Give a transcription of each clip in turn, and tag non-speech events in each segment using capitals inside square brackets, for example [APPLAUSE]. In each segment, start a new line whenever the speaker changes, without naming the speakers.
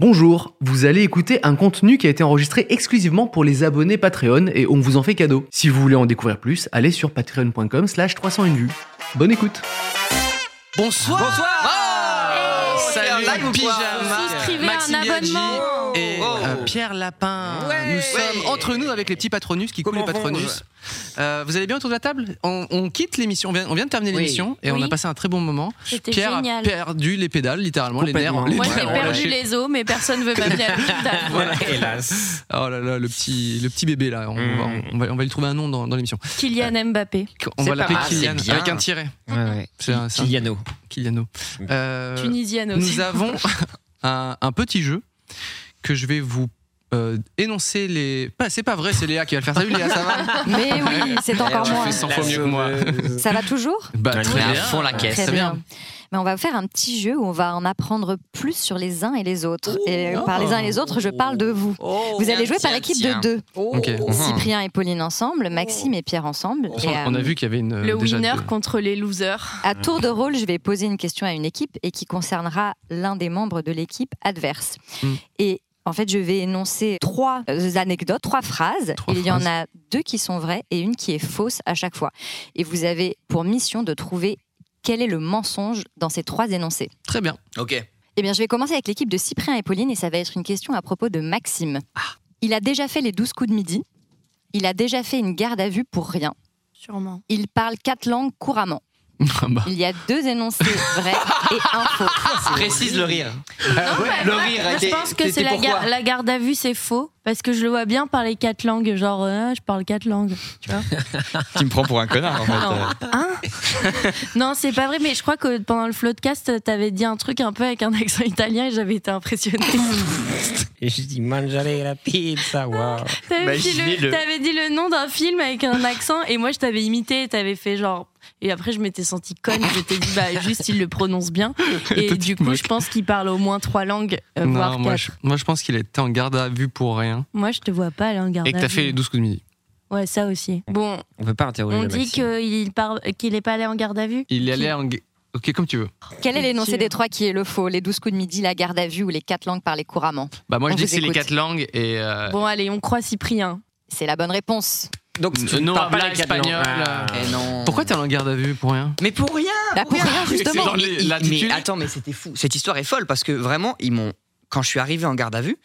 Bonjour, vous allez écouter un contenu qui a été enregistré exclusivement pour les abonnés Patreon et on vous en fait cadeau. Si vous voulez en découvrir plus, allez sur patreon.com slash 301 vues. Bonne écoute
Bonsoir.
Bonsoir.
Oh,
Ah, Salut,
c'est un live ou quoi
pyjama.
Souscrivez
Maxime
un
Biaggi
abonnement.
et
Oh.
euh, Pierre Lapin.
Ouais.
Nous sommes
Ouais.
entre nous avec les petits patronus qui coulent
Comment
les patronus. Euh, vous allez bien autour de la table on, on quitte l'émission, on vient, on vient de terminer
Oui.
l'émission et on a
Oui.
passé un très bon moment.
C'était
Pierre a
génial.
perdu les pédales, littéralement, les nerfs.
Complètement.
les
Moi,
nerfs
j'ai
ont
perdu
lâché.
les os, mais personne veut m'appeler
[LAUGHS]
à l'hôpital.
Voilà, hélas.
Oh là là, le petit, le petit bébé là, on,
Mm.
va, on, va, on va lui trouver un nom dans, dans l'émission. Euh,
Kylian Mbappé.
On
C'est pas
va l'appeler
mal, Ah, c'est
Kylian,
bien. Mm.
avec un tiret.
Ouais, ouais.
C'est un- c'est un-
Kyliano.
Kyliano. Euh,
Tunisiano.
Nous avons
[LAUGHS]
un, un petit jeu que je vais vous euh, énoncer les. Pas, c'est pas vrai, c'est Léa qui va le faire. Salut Léa, ça va
Mais oui, c'est encore
Tu
moi.
fais 100 fois mieux que moi.
Ça va toujours
Bah,
Elle met à fond la caisse.
Très bien.
Mais on va faire un petit jeu où on va en apprendre plus sur les uns et les autres.
Oh.
et par les uns et les autres, je parle de vous.
Oh,
vous allez jouer par équipe de deux.
Ok.
Cyprien et Pauline ensemble, Maxime et Pierre ensemble.
On,
Et euh, à,
on a vu qu'il y avait une. euh,
Le
déjà
winner
deux.
contre les losers.
à tour de rôle, je vais poser une question à une équipe et qui concernera l'un des membres de l'équipe adverse.
Hmm.
Et en fait, je vais énoncer trois euh, anecdotes, trois phrases.
Trois
Il y en a deux qui sont vraies et une qui est fausse à chaque fois. Et vous avez pour mission de trouver quel est le mensonge dans ces trois énoncés.
Très bien. [LAUGHS]
Uh-huh. Ok.
Eh bien, je vais commencer avec l'équipe de Cyprien et Pauline et ça va être une question à propos de Maxime.
Ah.
Il a déjà fait les 12 coups de midi. Il a déjà fait une garde à vue pour rien.
Sûrement.
Il parle quatre langues couramment.
Ah bah.
Il y a deux énoncés vrais et un
Ah,
faux.
Précise le rire.
mais
[LAUGHS] le rire a
Je
été.
pense que
c'était
c'est la,
pourquoi
gar- la garde à vue, c'est faux. Parce que je le vois bien parler quatre langues. Genre, euh, je parle quatre langues. Tu vois
[LAUGHS] Tu me prends pour un connard en fait.
Non.
Euh, [LAUGHS]
Hein Non, c'est pas vrai, mais je crois que pendant le floodcast, t'avais dit un truc un peu avec un accent italien et j'avais été impressionnée.
[LAUGHS] Et je dis mangiare la pizza, waouh.
T'avais dit,
Imaginez
Bah, le-
le-
t'avais dit le nom d'un film avec un accent et moi je t'avais imité et t'avais fait genre. Et après je m'étais sentie conne, je t'ai dit bah juste il le prononce bien. [LAUGHS] Et du coup je pense qu'il parle au moins trois langues, euh, voire
Non,
quatre.
moi, je, moi, je pense qu'il était en garde à vue pour rien.
te vois pas là en garde
Et que
à
t'as
vue.
fait les 12 coups de midi.
Ouais, ça aussi. Bon,
On peut pas interroger
on
le
dit
Maxime.
qu'il parle... qu'il est pas allé en garde à vue
Il est allé
Qui-
en. ga- Ok, comme tu veux.
Quel est l'énoncé des trois qui est le faux Les 12 coups de midi, la garde à vue ou les quatre langues parlées couramment
Bah, moi, je
On
dis
vous
que c'est les
écoute.
quatre langues et. euh,
Bon, allez, on croit Cyprien.
C'est la bonne réponse.
Donc,
Euh,
tu non,
non,
parles
habla
pas les quatre langues.
espagnol,
Ah.
euh,
Eh non.
Pourquoi t'es allé en garde à vue pour rien
Mais pour rien.
Bah, pour rien,
C'est dans
justement.
le-
Mais-
l'attitude.
mais attends, mais c'était fou. Cette histoire est folle parce que vraiment, ils m'ont. Quand je suis arrivé en garde à vue,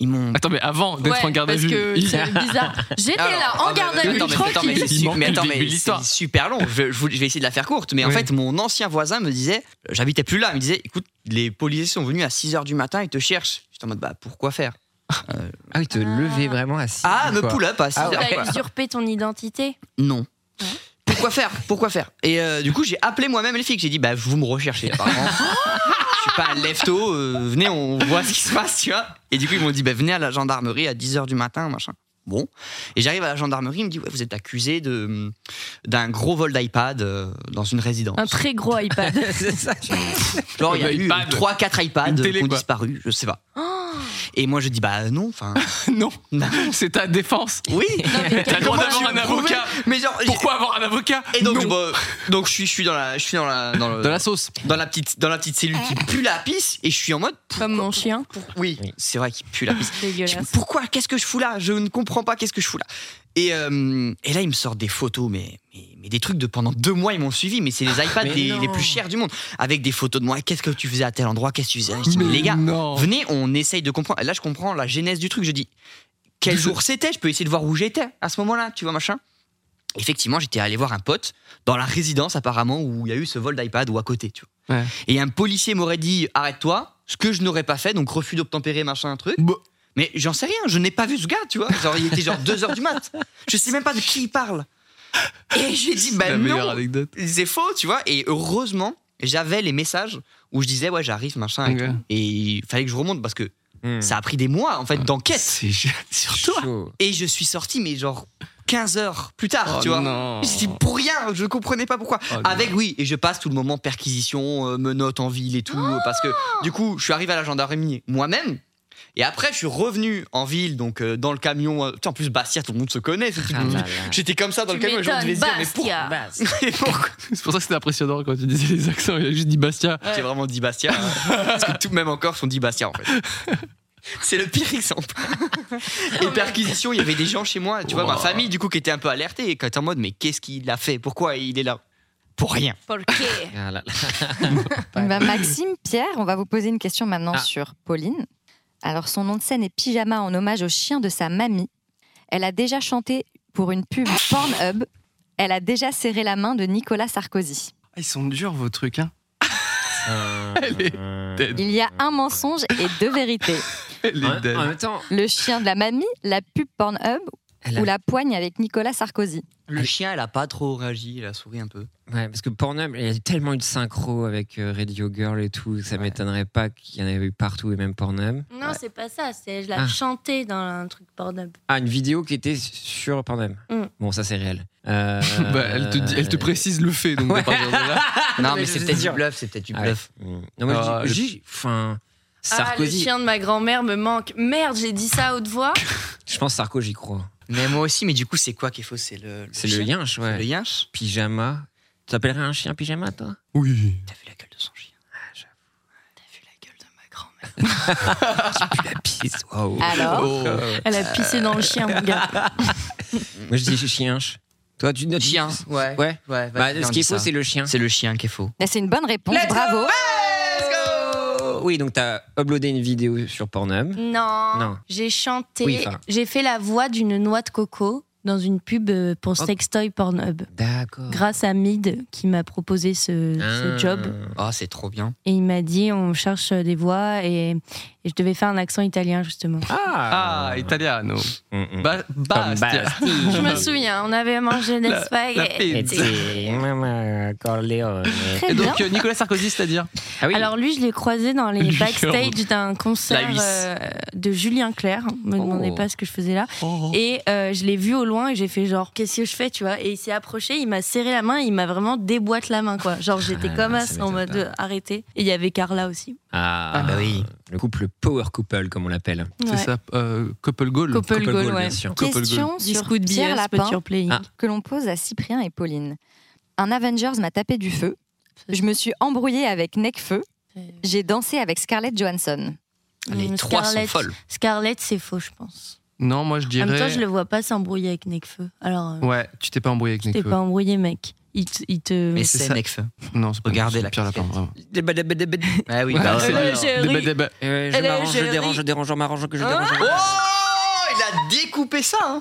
ils m'ont.
Attends, mais avant d'être
Ouais,
en garde à
parce
vue.
que
[LAUGHS] il- Ah.
c'est bizarre. J'étais
Alors,
là en
attends,
garde à
mais-
vue
attends, mais- attends, mais
tranquille.
c'est su-
Il
mais attends,
manque le
mais
début de l'histoire.
c'est super long. Je, je vous- je vais essayer de la faire courte. Mais en
Oui.
fait, mon ancien voisin me disait, euh, j'habitais plus là, il me disait, écoute, les policiers sont venus à 6h du matin, ils te cherchent. J'étais en mode, bah pourquoi faire
Ah oui, te lever vraiment à six,
Ah, me
quoi.
pull up à 6h.
Tu as usurpé ton identité.
Non.
Ouais.
Pourquoi faire Pourquoi faire Et euh, du coup, j'ai appelé moi-même les flics. J'ai dit, bah, vous me recherchez,
[LAUGHS]
apparemment. Je suis pas un lefto, euh, venez, on voit ce qui se passe, tu vois. Et du coup, ils m'ont dit, bah, venez à la gendarmerie à 10h du matin, machin. Bon. Et j'arrive à la gendarmerie, ils me disent, ouais, vous êtes accusé de- d'un gros vol d'iPad euh, dans une résidence.
Un très gros iPad.
[LAUGHS]
C'est ça.
Genre, il y a
Un
eu
iPad.
3-4 iPads
Une
qui
télé,
ont
quoi.
disparu, je sais pas.
Oh.
Et moi, je dis, bah,
[LAUGHS]
non, enfin.
Non, c'est ta défense.
Oui
T'as le
Comment
droit d'avoir
je
un
vais prouver
avocat.
Mais genre, j'ai-
Pourquoi avoir un avocat
Et donc, je- bah, donc je suis, je suis dans la, je suis dans la, dans le-
De la sauce.
dans la petite, dans la petite cellule qui pue la pisse, et je suis en mode,
Comme mon chien.
oui, c'est vrai qu'il pue la pisse. Je-
Dégueulasse.
pourquoi Qu'est-ce que je fous là Je ne comprends pas. Qu'est-ce que je fous là et, euh, et là, il me sort des photos, mais, mais, mais des trucs de pendant deux mois, ils m'ont suivi. Mais c'est les iPads
Mais
les,
non.
les plus chers du monde, avec des photos de moi. Qu'est-ce que tu faisais à tel endroit Qu'est-ce que tu faisais là Je dis, mais
Mais
Les gars,
non.
venez, on essaye de comprendre. Là, je comprends la genèse du truc. Je dis, quel jour c'était Je peux essayer de voir où j'étais à ce moment-là, tu vois, machin. Effectivement, j'étais allé voir un pote dans la résidence, apparemment, où il y a eu ce vol d'iPad ou à côté, tu vois.
Ouais.
Et un policier m'aurait dit, arrête-toi, ce que je n'aurais pas fait, donc refus d'obtempérer, machin, un truc.
Bah.
Mais j'en sais rien, je n'ai pas vu ce gars, tu vois. Genre, il était genre 2h du mat. Je sais même pas de qui il parle. Et je lui ai dit, bah
la
non,
meilleure anecdote.
c'est faux, tu vois. Et heureusement, j'avais les messages où je disais, ouais, j'arrive, machin. Et,
Ok.
tout. Et il fallait que je remonte parce que
Hmm.
ça a pris des mois, en fait, d'enquête.
C'est sur toi.
Chaud.
Et je suis sorti, mais genre 15 heures plus tard,
Oh
tu vois.
non.
J'étais pour rien, je ah, comprenais pas pourquoi.
Oh non.
Avec, oui, et je passe tout le moment perquisition, euh, menottes en ville et tout, euh, parce que du coup, je suis arrivé à la gendarmerie moi-même. Et après, je suis revenu en ville, donc euh, dans le camion. euh, putain, en plus, Bastia, tout le monde se connaît. c'est tout le monde. J'étais comme ça dans
Tu
le camion, les gens
m'étonnes,
devaient se dire, mais pour-
Bastia.
mais pourquoi
C'est pour ça que c'était impressionnant quand tu disais les accents. Il a juste dit Bastia.
J'ai vraiment dit Bastia. [LAUGHS] hein. Parce que tout, même en Corse, on dit Bastia en fait. [LAUGHS] C'est le pire exemple. [LAUGHS] Et perquisition, il y avait des gens chez moi, tu vois, ma famille du coup qui était un peu alertée et qui était en mode mais qu'est-ce qu'il a fait Pourquoi il est là Pour rien.
Ah là là.
Bah, Maxime, Pierre, on va vous poser une question maintenant
Ah.
sur Pauline. Alors, son nom de scène est Pyjama en hommage au chien de sa mamie. Elle a déjà chanté pour une pub Pornhub. Elle a déjà serré la main de Nicolas Sarkozy.
Ah, ils sont durs vos trucs, hein. Elle
est
dead.
Il y a un mensonge et deux vérités.
Les
En,
dead.
en même temps,
Le chien de la mamie, la pub Pornhub
elle a-
ou la poigne avec Nicolas Sarkozy.
Le chien, elle a pas trop réagi, elle a souri un peu.
ouais, parce que Pornhub, il y a tellement eu de synchro avec euh, Radio Girl et tout, ça m'étonnerait pas qu'il y en avait eu partout et même Pornhub.
Non, c'est pas ça. C'est je l'ai
Ah.
chanté dans un truc porno.
Ah, une vidéo qui était sur Pornhub.
Mm.
Bon, ça c'est réel. Euh,
Bah, elle, te, dit- elle te précise le fait, donc à partir de là.
Non, mais
mais je
c'est
sais
peut-être du
dire.
bluff, c'est peut-être du
Ah ouais.
bluff.
Mm. Non, moi,
Ah,
je dis- je dis- enfin,
Ah, le
Sarkozy,
chien de ma grand-mère me manque. Merde, j'ai dit ça à haute voix.
je pense Sarko, j'y crois.
Mais moi aussi, mais du coup, c'est quoi qui est faux C'est le,
C'est le
chien
lien, je-
Le
ouais.
yinche
Pyjama. Tu t'appellerais un chien pyjama, toi
Oui.
T'as vu la gueule de son chien T'as vu la gueule de ma grand-mère
La [LAUGHS] pisse, waouh.
Alors,
Oh.
Elle a pissé dans le chien, mon gars.
Moi, je dis chienche. Toi, tu notes
Chien, ouais.
Ouais.
Ouais,
Bah,
vas-y, on
ce qui est
dit ça.
faux, c'est le chien.
C'est le chien qui est faux.
là, c'est une bonne réponse. Bravo.
Ah
Oh, Oui, donc t'as uploadé une vidéo sur Pornhub.
Non.
Non.
J'ai chanté.
Oui, enfin.
J'ai fait la voix d'une noix de coco dans une pub euh, pour
Oh.
Sextoy Pornhub.
D'accord.
Grâce à Mid qui m'a proposé ce,
Ah.
ce job.
Oh, c'est trop bien.
Et il m'a dit on cherche des voix et, et je devais faire un accent italien justement.
[LAUGHS] Ah,
Ah, italiano.
Mm, mm.
Ba- Bastia. [LAUGHS]
Je me souviens, on avait mangé des
La
spaghettis.
Et
pizza.
c'est Maman Corleone.
Très
Et
bien.
donc, euh, Nicolas Sarkozy, c'est-à-dire
Ah oui.
Alors lui, je l'ai croisé dans les
Lui,
backstage d'un concert
La huisse.
euh, de Julien Clerc. Me demandez pas ce que je faisais là. Et euh, je l'ai vu au loin et j'ai fait genre qu'est-ce que je fais, tu vois Et il s'est approché, il m'a serré la main, il m'a vraiment déboîte la main quoi. Genre j'étais
Ah,
comme
ça
as en
m'étonne
mode
pas.
euh, arrêté. Et il y avait Carla aussi.
Ah,
Ah, bah
oui.
Le couple power couple, comme on l'appelle.
Ouais.
C'est ça, euh, couple goal.
Couple
Couple
goal,
goal,
ouais.
bien sûr.
Couple goal.
Question sur
Disco de
Pierre
bière,
Lapin.
Spot Your Playing.
Ah.
que l'on pose à Cyprien et Pauline. Un Avengers m'a tapé du feu. Je me suis embrouillée avec Necfeu. J'ai dansé avec Scarlett Johansson.
Les
Mm,
trois sont
Scarlett.
folles.
Scarlett, c'est faux, je pense.
Non, moi je
En même temps,
dirais.
je le vois pas s'embrouiller avec Nekfeu. Alors, euh,
Ouais, tu t'es pas embrouillé avec
t'es
Nico.
pas embrouillé, mec. Il te. il te- [LAUGHS]
Mais
c'est
c'est
ça.
Necfeu.
Non, c'est pas
Regardez
c'est
la
Pierre Lapin,
casquette.
vraiment.
Ah oui,
Ouais,
bah
c'est
ouais.
dur.
j'ai ri.
Débat, débat.
Euh, je
Elle est
m'arrange, je
gérie.
dérange, je dérange, je m'arrange que je
Ah.
dérange.
Oh, il a découpé ça. hein.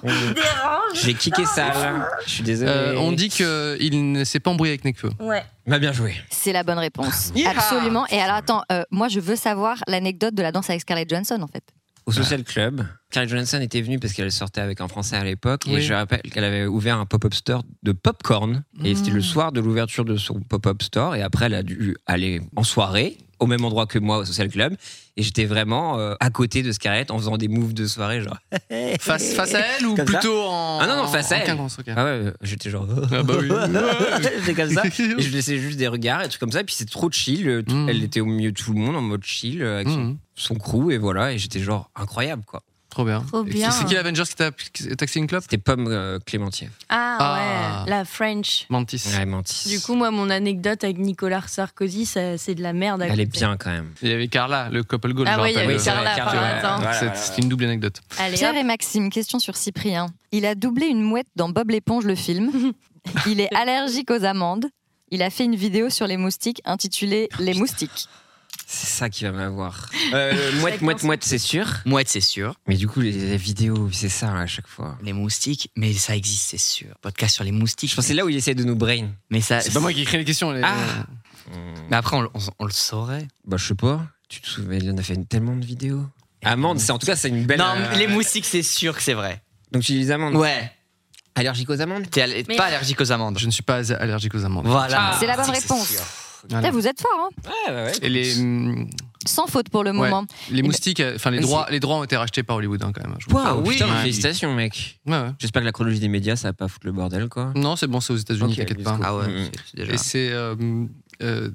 J'ai kické ça, là. Je suis désolé.
Euh, on dit qu'il ne s'est pas embrouillé avec Nekfeu.
Ouais.
M'a Bah, bien joué.
C'est la bonne réponse.
Ah,
Absolument. Et alors attends, euh, moi je veux savoir l'anecdote de la danse avec Scarlett Johansson en fait.
Au
Bah.
Social Club, Carrie Johnson était venue parce qu'elle sortait avec un Français à l'époque. Et
Oui.
je rappelle qu'elle avait ouvert un pop-up store de popcorn. Et c'était le
Mmh.
soir de l'ouverture de son pop-up store. Et après, elle a dû aller en soirée, au même endroit que moi au Social Club. Et j'étais vraiment euh, à côté de Scarlett en faisant des moves de soirée, genre.
[LAUGHS] Face, face à elle ou
Comme ça.
plutôt en.
Ah non, non, face à
en
elle.
quinconce, ok.
Ah ouais, euh, j'étais genre.
Ah bah oui.
[LAUGHS] j'étais comme
[LAUGHS]
ça. Et je laissais juste des regards et trucs comme ça. Et puis c'est trop chill. euh, tout-
Mhm.
Elle était au milieu de tout le monde en mode chill euh, avec son,
Mhm.
son crew. Et voilà. Et j'étais genre incroyable, quoi.
Trop bien.
Trop
Et
bien.
C'est qui l'Avengers qui t'a qui t'a taxé une clope
C'était Pomme euh, Clémentier.
Ah,
Ah.
ouais, la French.
Mantis.
Ouais, Mantis.
Du coup, moi, mon anecdote avec Nicolas Sarkozy, ça- c'est de la merde. à
Elle est
côté.
bien quand même.
Il y avait Carla, le couple goal.
Ah
je
ouais, il y
rappelle.
avait
Oui, c'est vrai,
Carla,
Carla,
par
ouais.
exemple.
Voilà,
C'est
voilà.
c'est une double anecdote.
Allez,
Pierre
hop.
et Maxime, question sur Cyprien. Il a doublé une mouette dans Bob l'éponge
[LAUGHS]
le film. Il est allergique aux amandes. Il a fait une vidéo sur les moustiques intitulée Les moustiques.
C'est ça qui va m'avoir. Euh, [LAUGHS] mouette,
Chacun
mouette,
son-
mouette, c'est sûr.
Mouette, c'est sûr.
Mais du coup, les, les vidéos, c'est ça hein, à chaque fois.
Les moustiques, mais ça existe, c'est sûr. Podcast sur les moustiques.
Je pense que c'est là où il essaie de nous brain.
Mais ça.
C'est pas moi qui ai créé les questions. les-
Ah.
Mais après, on, on- on le saurait.
Bah, je sais pas. Tu te souviens, il en a fait tellement de vidéos. Amande, c'est en tout cas, c'est une belle.
non,
euh,
les moustiques, c'est sûr que c'est vrai.
Donc tu dis les amandes.
Ouais.
Allergique aux amandes
T'es allé-
Mais-
pas allergique aux amandes.
Je ne suis pas allergique aux amandes.
Voilà.
C'est la bonne
Moustiques,
réponse.
sûr.
Putain, vous êtes fort, hein
Ah, bah
Et les, hum,
Sans faute pour le moment.
les
ben-
moustiques, euh, enfin les
Mais
droits, les droits ont été rachetés par Hollywood hein, quand même. je vous
Waouh,
le dis.
putain,
Ouais.
félicitations, mec.
Ouais, ouais.
Ah J'espère que la chronologie des médias, ça va pas foutre le bordel, quoi.
Non, c'est bon, c'est aux États-Unis,
Ok,
t'inquiète
let's
pas.
go.
Ah ouais,
Mm.
c'est- c'est déjà.
Et c'est. euh, euh,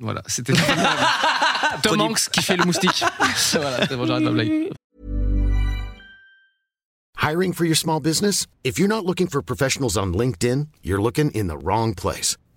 voilà, c'était. [LAUGHS] Tom Hanks qui fait le [LAUGHS] moustique. voilà, c'est bon, j'arrête ma blague.
Hiring for your small business? If you're not looking for professionals on LinkedIn, you're looking in the wrong place.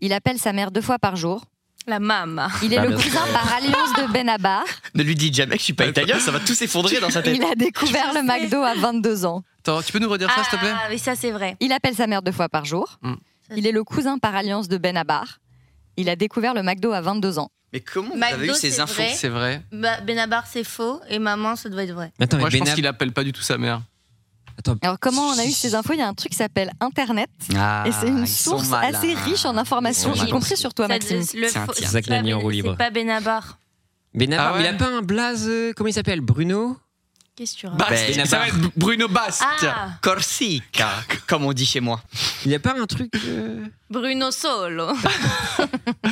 Il appelle sa mère deux fois par jour.
La mama.
Ah,
Il est
Bah,
le
bien
cousin par alliance de Ben Benabar.
Ne lui dis jamais que je suis pas italien, ça va tout s'effondrer dans sa tête.
[LAUGHS] Il a découvert le McDo à 22 ans.
Attends, tu peux nous redire ça, s'il te plaît
Ah, mais ça, c'est vrai.
Il appelle sa mère deux fois par jour.
Mm.
Hmm.
Il est le cousin par alliance de Benabar. Il a découvert le McDo à 22 ans.
Mais comment vous
McDo,
avez eu ces
c'est
infos
vrai.
C'est vrai.
Bah, Benabar, c'est faux. Et maman, ça doit être vrai.
Attends,
Moi,
mais
je pense
Benab-
qu'il appelle pas du tout sa mère.
Attends,
Alors comment on a eu ces infos Il y a un truc qui s'appelle Internet.
Ah,
et c'est une
ils sont
source
malins.
assez riche en informations,
Ils sont
y compris sur toi,
Ça
Maxime.
doit- le
C'est un
faux-
tir.
C'est ça que
pas
l'a mis en
Ben-
roue libre.
C'est pas Benabar.
Benabar,
Ah ouais
il a pas un blaze, euh, comment il s'appelle Bruno
Qu'est-ce que tu
Bah,
racontes
Bast,
Ben-
ça va être Bruno Bast.
Ah.
Corsica, comme on dit chez moi.
Il y a pas un truc. [LAUGHS] euh,
Bruno Solo.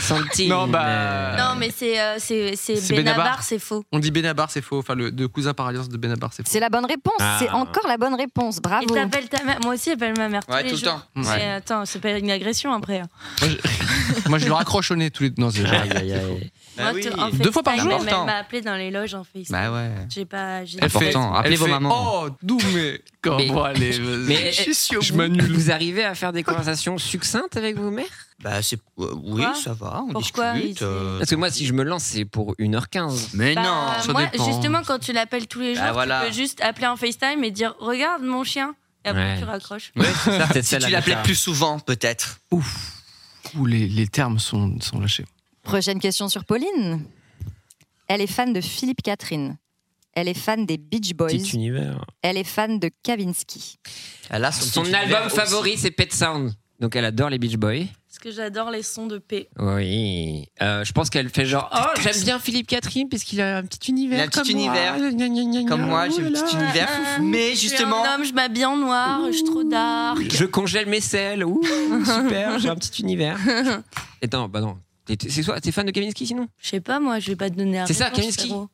Santine
Non, bah,
Non, mais c'est euh, c'est- c'est
C'est Benabar.
Benabar, c'est faux.
On dit Benabar, c'est faux. Enfin, le de cousin par alliance de Benabar, c'est faux.
C'est la bonne réponse.
Ah.
C'est encore la bonne réponse.
Et
Bravo.
t'appelles ta mère. Moi aussi, j'appelle ma mère. tous
Ouais,
les
tout le
jours.
temps.
Mais
Ouais.
attends, Ah, c'est pas une agression après. hein.
Moi, je le raccroche au nez tous les deux. Non, c'est vrai.
Bah
Moi,
oui.
te- en
Deux fois par
FaceTime,
jour,
Elle
pourtant.
m'a- m'a appelé dans les loges en FaceTime.
Bah ouais.
J'ai pas. j'ai-
Elle fait-
Important,
elle
appelez vos
fait,
mamans.
Oh, Doumé Comment allez
Mais-
Je suis au
Je
bout.
m'annule. Vous arrivez à faire des conversations succinctes avec vos mères
Bah c'est euh, oui,
Quoi
ça va, on
Pourquoi
discute.
ils-
euh,
Parce que moi, si je me lance, c'est pour 1h15.
Mais
Bah,
non,
ça
moi,
dépend.
justement, quand tu l'appelles tous les jours,
Bah, voilà.
tu peux juste appeler en FaceTime et dire Regarde mon chien. Et après,
Ouais.
tu raccroches.
Peut-être
[LAUGHS] si
ça,
tu
la
l'appelais
méta.
plus souvent peut-être.
Ouh, les, les termes sont, sont lâchés.
Prochaine question sur Pauline. Elle est fan de Philippe Catherine. Elle est fan des Beach
Petit
Boys.
univers.
Elle est fan de Kavinsky.
Elle a
Son
petit
album
univers
favori,
aussi.
c'est Pet Sound. Donc elle adore les Beach Boys.
Parce que j'adore les sons de paix.
Oui. Euh, je pense qu'elle fait genre Oh, j'aime bien Philippe Catherine parce qu'il a un petit univers.
Il a un petit
comme
univers.
Moi. Gna, gna, gna, gna.
Comme moi, j'ai
Oh
un
là
petit
là.
univers.
Ah,
Mais
Je suis
justement,
un homme, je m'habille en noir, je suis trop dark.
Je congèle mes
[LAUGHS]
selles. Ouh, super, j'ai un petit univers. Et non, bah non. T'es- t'es- C'est quoi T'es fan de Kavinsky sinon
Je sais pas, moi, je vais pas te donner la
C'est ça,
réponse,
Kavinsky
frérot.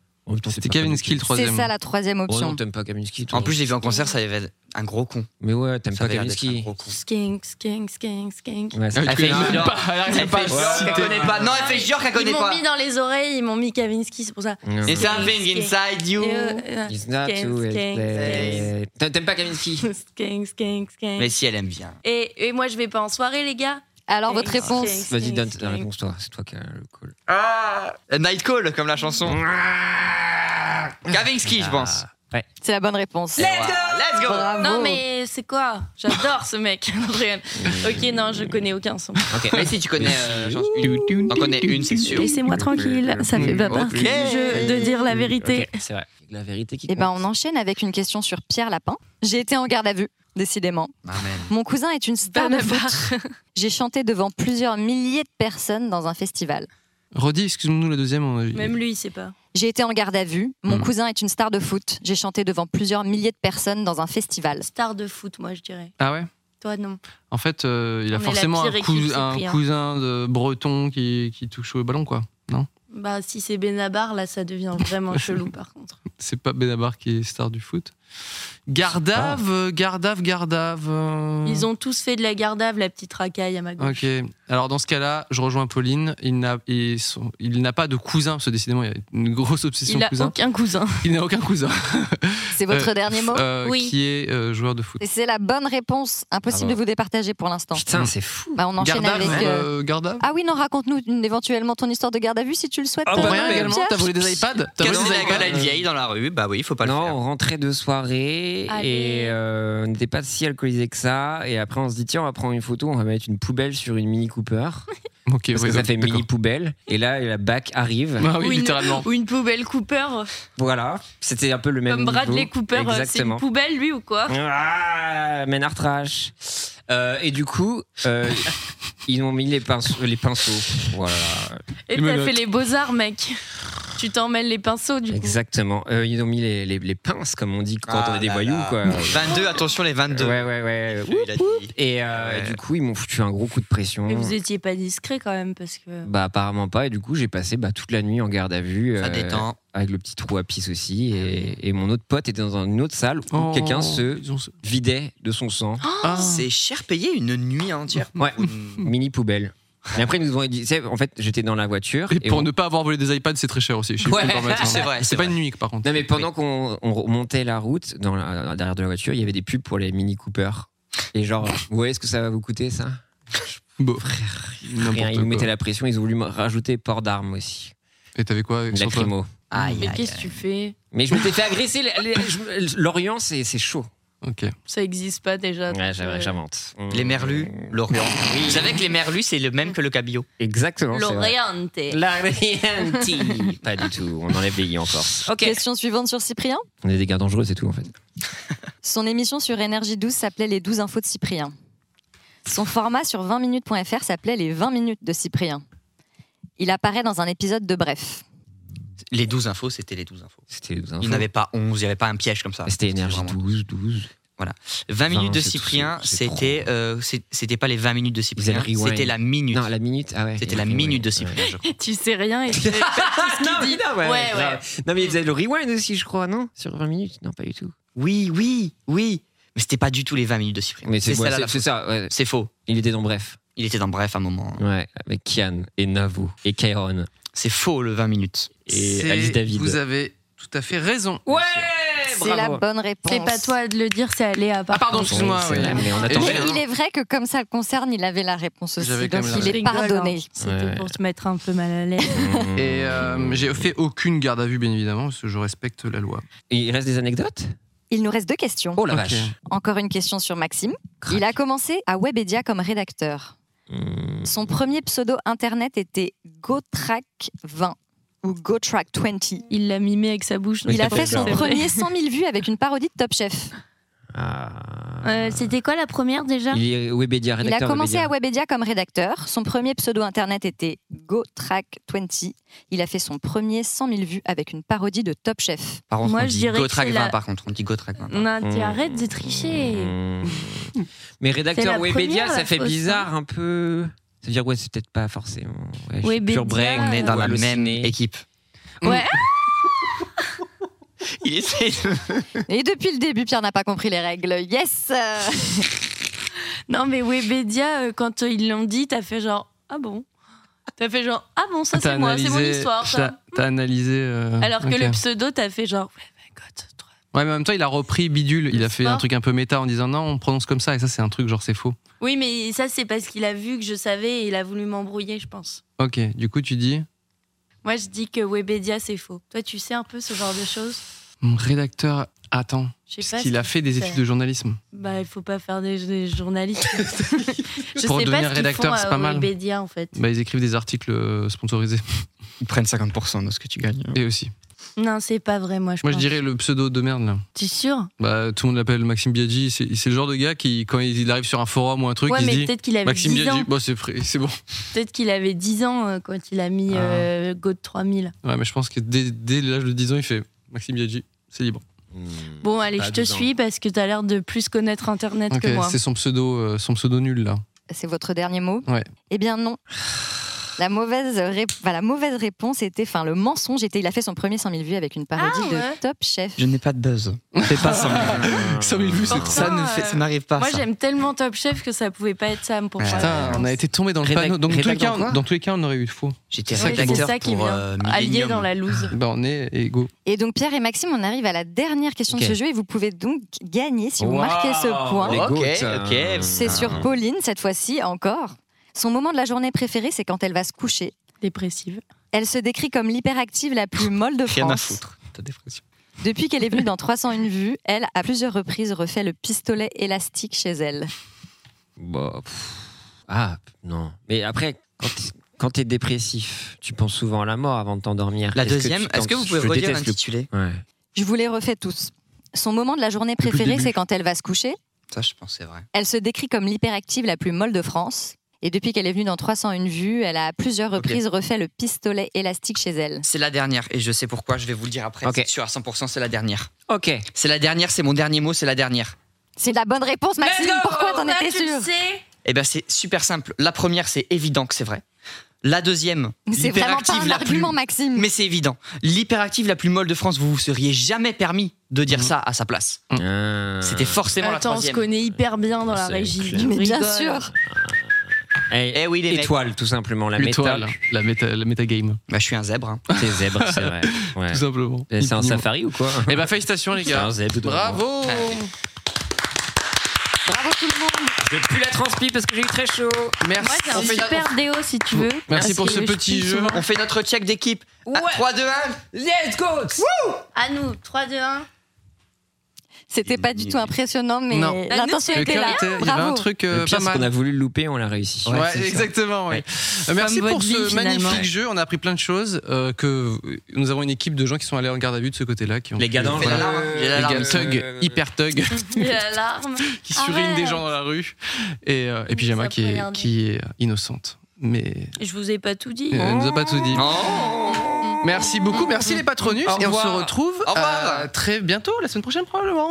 C'était Kavinsky le
C'est
troisième.
ça la troisième
Oh non,
option.
t'aimes pas Kavinsky toi.
en plus j'ai vu en concert, ça avait être un gros con.
Mais ouais, t'aimes
Ça
pas
avait l'air d'être un
Kavinsky.
gros con.
Skink, skink, skink, skink.
[LAUGHS]
Ouais, c'est-
Ah,
Elle
tu
fait
connais
genre-
pas, elle arrive
Elle
pas
fait
à
genre
citer.
qu'elle connaît pas. Non, elle fait genre qu'elle
Ils
connaît
m'ont
pas.
mis dans les oreilles, ils m'ont mis Kavinsky, c'est pour ça.
Non.
It's something inside you.
Et, euh,
It's not
Skins,
who is
skins,
there. T'a- T'aimes pas Kavinsky
euh, skink, [LAUGHS] skink, skink.
Mais si elle aime bien.
Et, et moi, je vais pas en soirée, les gars.
Alors votre
Skink,
réponse
skink,
Vas-y,
skink,
donne
skink.
la réponse toi. C'est toi qui as le call.
Ah Night Call comme la chanson. Kavinsky, je pense.
Ouais.
C'est la bonne réponse.
Let's go Let's go
Bravo.
Non, mais c'est quoi J'adore ce mec, [LAUGHS] Brian. Ok, non, je connais aucun son.
Ok, mais si tu connais. euh, j'en- T'en connais une, c'est sûr.
Laissez-moi tranquille, ça fait pas
Ok.
partie du jeu de dire la vérité.
Ok, c'est vrai. La vérité qui
Eh ben, on
compte.
enchaîne avec une question sur Pierre Lapin. J'ai été en garde à vue, décidément.
Amen.
Mon cousin est une star de foot. J'ai chanté devant plusieurs milliers de personnes dans un festival.
Redis, excuse-nous la deuxième. on a-
Même lui, il sait pas.
J'ai été en garde à vue. Mon
Mm.
Hmm.
cousin est une star de foot. J'ai chanté devant plusieurs milliers de personnes dans un festival.
Star de foot, moi, je dirais.
Ah ouais
Toi, non.
En fait, euh, il a
On est la
forcément un,
pire
cous-
équipe,
un
Cyprien.
cousin de breton qui, qui touche au ballon, quoi.
Bah, si c'est Benabar, là, ça devient vraiment chelou, par contre.
C'est pas Benabar qui est star du foot. Gardave, euh, Gardave, Gardave. euh,
Ils ont tous fait de la gardave, la petite racaille à ma gauche.
Ok. Alors dans ce cas-là, je rejoins Pauline. Il n'a, il, son- il n'a pas de cousin, parce que décidément, il y a une grosse obsession
Il a
cousin.
aucun cousin.
Il n'a aucun cousin.
C'est votre
Euh,
dernier mot
euh,
Oui.
Qui est euh, joueur de foot.
Et c'est la bonne réponse. Impossible
Ah bah.
de vous départager pour l'instant.
Putain, c'est fou.
Bah, on enchaîne
Gardave,
avec. euh,
euh, Gardave.
Ah oui, non, raconte-nous une- éventuellement ton histoire de garde à vue si tu le souhaites.
Ah
Pour
bah
euh,
rien
non, mais
également,
Pierre.
t'as volé des iPads T'as volé
Casser
des
la gueule à une
iPads
vieille dans la rue, bah oui, faut pas
non,
le faire.
on rentrait de soirée
Allez.
et euh, on n'était pas si alcoolisé que ça. Et après, on se dit, tiens, on va prendre une photo, on va mettre une poubelle sur une mini Cooper.
Ok,
parce
oui,
que ça
donc,
fait
d'accord.
mini poubelle. Et là, la bac arrive.
Ah oui,
Ou une-
littéralement.
Ou une poubelle Cooper,
Voilà, c'était un peu le même.
comme Bradley
niveau.
Cooper, euh, c'est une
Exactement.
poubelle lui ou quoi
Ah, Ménard Trash. Euh, et du coup, euh, ils m'ont mis les pinceaux. Les pinceaux. Voilà,
Et
Les
t'as
menottes.
fait les beaux-arts, mec. Tu t'emmêles les pinceaux, du coup.
exactement. Euh, ils ont mis les, les, les pinces, comme on dit quand
Ah
on est des
là
voyous,
là. [LAUGHS]
quoi.
22, attention les 22.
Ouais, ouais, ouais. Ouh.
Il a dit.
Et euh,
Ouais.
du coup, ils m'ont foutu un gros coup de pression.
Mais vous étiez pas discret quand même, parce que.
Bah apparemment pas. Et du coup, j'ai passé bah, toute la nuit en garde à vue.
Ça
euh,
détend. Ah
Avec le petit trou à pisse aussi. Et, et mon autre pote était dans une autre salle où
Oh,
quelqu'un se
ils ont ce-
vidait de son sang.
Ah.
Oh, C'est cher payé une nuit entière.
Ouais.
Pour une-
Mini poubelle. Et après, ils nous ont dit, tu sais, en fait, j'étais dans la voiture.
Et pour
on-
ne pas avoir volé des iPads, c'est très cher aussi. Je sais
Ouais,
plus comment mettre ça.
c'est vrai, c'est
C'est pas
vrai.
une nuit, par contre.
Non, mais pendant qu'on on remontait la route, dans la- derrière de la voiture, il y avait des pubs pour les Mini Cooper. Et genre, vous voyez ce que ça va vous coûter, ça
Bon,
Rien,
n'importe
ils nous mettaient
quoi.
la pression, ils ont voulu me rajouter port d'armes aussi.
Et t'avais quoi avec
Une
sur toi
lacrymo.
Aïe,
Mais
aïe,
qu'est-ce que tu fais
Mais je m'étais fait agresser. les- les- je- L'Orient, c'est c'est chaud.
Ok.
Ça existe pas déjà.
Ouais,
donc,
j'avais-
euh,
j'invente. Mmh.
Les merlus, l'Orient. Vous savez que les merlus, c'est le même que le cabillaud.
Exactement. c'est vrai.
L'Oriente.
Mm. L'Orient. Pas du tout. On enlève les i en Corse.
Question suivante sur Cyprien.
On est des gars dangereux, c'est tout, en fait.
Son émission sur Énergie 12 s'appelait Les 12 infos de Cyprien. Son format sur 20minutes.fr s'appelait Les 20 minutes de Cyprien. Il apparaît dans un épisode de Bref.
Les 12 infos, c'était les 12 infos.
C'était les infos.
Il n'y en avait pas 11, il n'y avait pas un piège comme ça.
C'était énergie
vraiment-
12, 12.
20 minutes de
c'est tout,
Cyprien,
c'est- c'est trop.
c'était euh, c'est- c'était pas les 20 minutes de Cyprien,
avaient rewind.
c'était la minute.
Non, la minute. Ah ouais.
C'était
il
la
avait-
minute
ouais,
de
ouais.
Cyprien, je crois.
Tu sais rien et
[LAUGHS]
tu fais pas tout ce
Non,
qu'il dit.
mais non, ouais, ouais, grave. Non, mais il faisait le rewind aussi, je crois, non Sur 20 minutes Non, pas du tout.
Oui, oui, oui. Mais c'était pas du tout les 20 minutes de Cyprien.
Mais c'est
celle-là,
ouais,
la-
c'est- c'est ça, ouais.
C'est faux.
Il était dans Bref.
Il était dans Bref à un moment.
Ouais, avec Kian et Navo et Kairon
C'est faux le 20 minutes.
et
C'est-
Alice David.
Vous avez tout à fait raison. Eh,
C'est la bonne réponse.
C'est pas toi de le dire, c'est Aléa. par
Ah, pardon,
contre.
Oui,
excuse-moi.
c'est
oui.
vrai, mais on
Et
attend.
j'ai-
Mais il est vrai que comme ça le concerne, il avait la réponse aussi.
J'avais quand
Donc
même la
il est
réponse.
pardonné.
C'était
Ouais.
pour te mettre un peu mal à l'aise.
Mm.
Et euh, j'ai fait aucune garde à vue, bien évidemment, parce que je respecte la loi.
Et il reste des anecdotes
Il nous reste deux questions.
Oh la
Ok.
vache.
Encore une question sur Maxime.
Crac.
Il a commencé à Webedia comme rédacteur.
Mm.
Son premier pseudo internet était GoTrack20 ou GoTrack20.
Il l'a mimé avec sa bouche. donc
Il a
c'est
fait
pas
son
vrai.
premier 100 000 vues avec une parodie de Top Chef.
Ah.
Euh, C'était quoi la première déjà
Il est Webedia
Il
rédacteur.
a commencé
Webedia.
à Webedia comme rédacteur. Son premier pseudo internet était GoTrack20. Il a fait son premier 100 000 vues avec une parodie de Top Chef.
Par contre,
Moi,
on
je
dit
dirais que
Gotrack
c'est
20
la-
par contre, on dit Gotrack 20. pardon.
Non, tu
Mm.
arrêtes de tricher.
Mm. Mais
C'est
rédacteur
la
Webedia,
première,
ça
la
fait
fausse, hein.
bizarre un peu. Ça veut dire ouais, c'est peut-être pas forcément. Ouais, je suis
Webedia.
pur brain,
On est dans
ou
la même
halluciné.
équipe.
Ouais.
[LAUGHS] Il essaie de-
Et depuis le début, Pierre n'a pas compris les règles. Yes euh,
Non, mais Webedia, euh, quand euh, ils l'ont dit, t'as fait genre Ah bon T'as fait genre Ah bon, ça c'est moi, c'est mon histoire. ça.
t'as- T'as analysé. euh,
Alors que
ok.
le pseudo, t'as fait genre Ouais, my God, toi.
Ouais, mais en même temps, il a repris Bidule. Il a fait
N'est-ce pas
un truc un peu méta en disant non, on prononce comme ça. Et ça, c'est un truc genre c'est faux.
Oui, mais ça c'est parce qu'il a vu que je savais et il a voulu m'embrouiller, je pense.
Ok, du coup, tu dis
Moi, je dis que Webedia, c'est faux. Toi, tu sais un peu ce genre de choses
mon rédacteur, attends,
Je sais
parce
pas.
qu'il
ce
a fait des études
fait.
de journalisme.
Bah, il faut pas faire des, des
[LAUGHS]
journalistes. je
Pour
sais
devenir
pas ce qu'ils font
rédacteur, c'est pas
à
mal.
Webedia, en fait.
Bah, ils écrivent des articles euh, sponsorisés. [LAUGHS]
Ils prennent 50% de ce que tu gagnes.
Et aussi.
Non, c'est pas vrai, moi, je
Moi, je
pense.
dirais le pseudo de merde là.
T'es sûr
Bah, tout le monde l'appelle Maxime Biaggi. C'est c'est le genre de gars qui, quand il arrive sur un forum ou un truc,
Ouais,
il se
mais
dit
peut-être qu'il avait
Maxime
10
Biaggi,
ans.
bah, c'est prêt, c'est bon.
Peut-être qu'il avait 10 ans euh, quand il a mis
Ah.
euh, Go de 3000.
Ouais, mais je pense que dès, dès l'âge de 10 ans, il fait Maxime Biaggi, c'est libre.
Mm.
Bon, allez,
Pas
je te
12 ans.
suis parce que t'as l'air de plus connaître Internet
Ok,
que moi.
c'est son pseudo, euh, son pseudo nul là.
C'est votre dernier mot
Ouais.
Eh bien non. La mauvaise, ré- enfin, la mauvaise réponse était, enfin le mensonge était, il a fait son premier 100 000 vues avec une parodie
Ah, ouais.
de Top Chef.
Je n'ai pas de buzz. Fais pas
[LAUGHS]
ça.
Ça, mais vu, c'est
Pourtant,
Ça ne fait-
euh,
ça n'arrive pas.
Moi,
ça.
j'aime tellement Top Chef que ça pouvait pas être ça pour moi.
Putain, on a été tombé dans le
Rédac-
panneau. Donc, dans tous, les
rédacteur
cas,
quoi
on, dans tous les cas, on aurait eu de faux.
J'étais
Ouais, c'est
rédacteur
ça qui
pour
vient.
euh,
Allié
Millennium.
dans la loose.
Bah, on est égaux.
Et donc Pierre et Maxime, on arrive à la dernière question
Ok.
de ce jeu et vous pouvez donc gagner si vous
Wow.
marquez ce point.
Les
Ok,
gouttes,
ok.
euh,
C'est
Ah
sur Pauline cette fois-ci encore. Son moment de la journée préféré, c'est quand elle va se coucher.
Dépressive.
Elle se décrit comme l'hyperactive la plus molle de
Rien à
France.
foutre. T'as des
Depuis qu'elle est venue dans 301 vues, elle a plusieurs reprises refait le pistolet élastique chez elle.
Bah, pff. ah, non. Mais après, quand t'es- quand t'es dépressif, tu penses souvent à la mort avant de t'endormir.
La
Est-ce que
deuxième,
tu
est-ce que
penses-
vous pouvez
je
redire
déteste le-
l'intitulé
Ouais.
Je vous les refais tous. Son moment de la journée
Depuis le
préféré,
début.
c'est quand elle va se coucher.
Ça, je pense, c'est vrai.
Elle se décrit comme l'hyperactive la plus molle de France. Et depuis qu'elle est venue dans 301 vues, elle a à plusieurs reprises refait le pistolet élastique chez elle.
C'est la dernière, et je sais pourquoi, je vais vous le dire après.
Ok.
Je suis à 100%, c'est la dernière.
Ok.
C'est la dernière, c'est mon dernier mot, c'est la dernière.
C'est la bonne réponse, Maxime. Pourquoi t'en étais
tu
sûre
le sais.
Eh ben, c'est super simple. La première, c'est évident que c'est vrai. La deuxième,
C'est vraiment pas
l'hyperactive
un
la plus-
argument, Maxime.
Mais c'est évident. L'hyperactive la plus molle de France, vous vous seriez jamais permis de dire
Mm.
Mhm.
ça à sa place.
Ah.
Mm. C'était forcément
Attends,
la
on se
troisième.
connaît hyper bien dans la
C'est
régie.
clair.
on
Mais bien
rigole.
sûr.
Eh,
Eh oui, les mecs.
étoile, tout simplement. La
L'étoile,
méthode.
la méta- la métagame,
Bah, je suis un zèbre. hein.
C'est zèbre,
[LAUGHS]
c'est vrai. Ouais.
tout simplement.
Eh, C'est un
Infiniment.
safari ou quoi
Eh bah, félicitations, les
C'est un
gars.
zèbre.
Bravo!
Bravo tout le monde.
Je vais plus la transpi parce que j'ai eu très chaud.
Merci.
Moi, c'est un
On fait-
super déo si tu veux.
Merci
Parce
pour
que
ce
je
petit
pile
jeu.
souvent.
On fait notre check d'équipe. À 3, 2, 1.
Let's go
À nous, 3, 2, 1.
C'était pas du tout impressionnant, mais
Non.
l'intention
Le
était
cœur
là.
était- Euh, il y avait
Bravo.
un truc euh,
Le
pas
pire, c'est
mal.
qu'on a voulu le louper, on l'a réussi.
Ouais, exactement. ouais. Euh, Merci
Comme
pour
votre
ce
vie, finalement.
magnifique jeu. On a appris plein de choses. euh, que euh, nous avons une équipe de gens qui sont allés en garde à vue de ce côté-là. Qui ont
Les gars
dans
dans
Fais
le- Euh,
l'alarme. J'ai
les
l'alarme.
gars thug, hyper
[LAUGHS]
thug,
L'alarme.
qui surinent des gens dans la rue. Et, euh, et Pyjama
Ça
qui
pourrait
est,
regarder.
qui est innocente. Mais
Je vous ai pas tout dit.
[LAUGHS] elle nous a pas tout dit.
Oh.
Merci beaucoup. Merci les patronus.
Au
Et on se
revoir.
retrouve
Au revoir.
euh, très bientôt, la semaine prochaine probablement.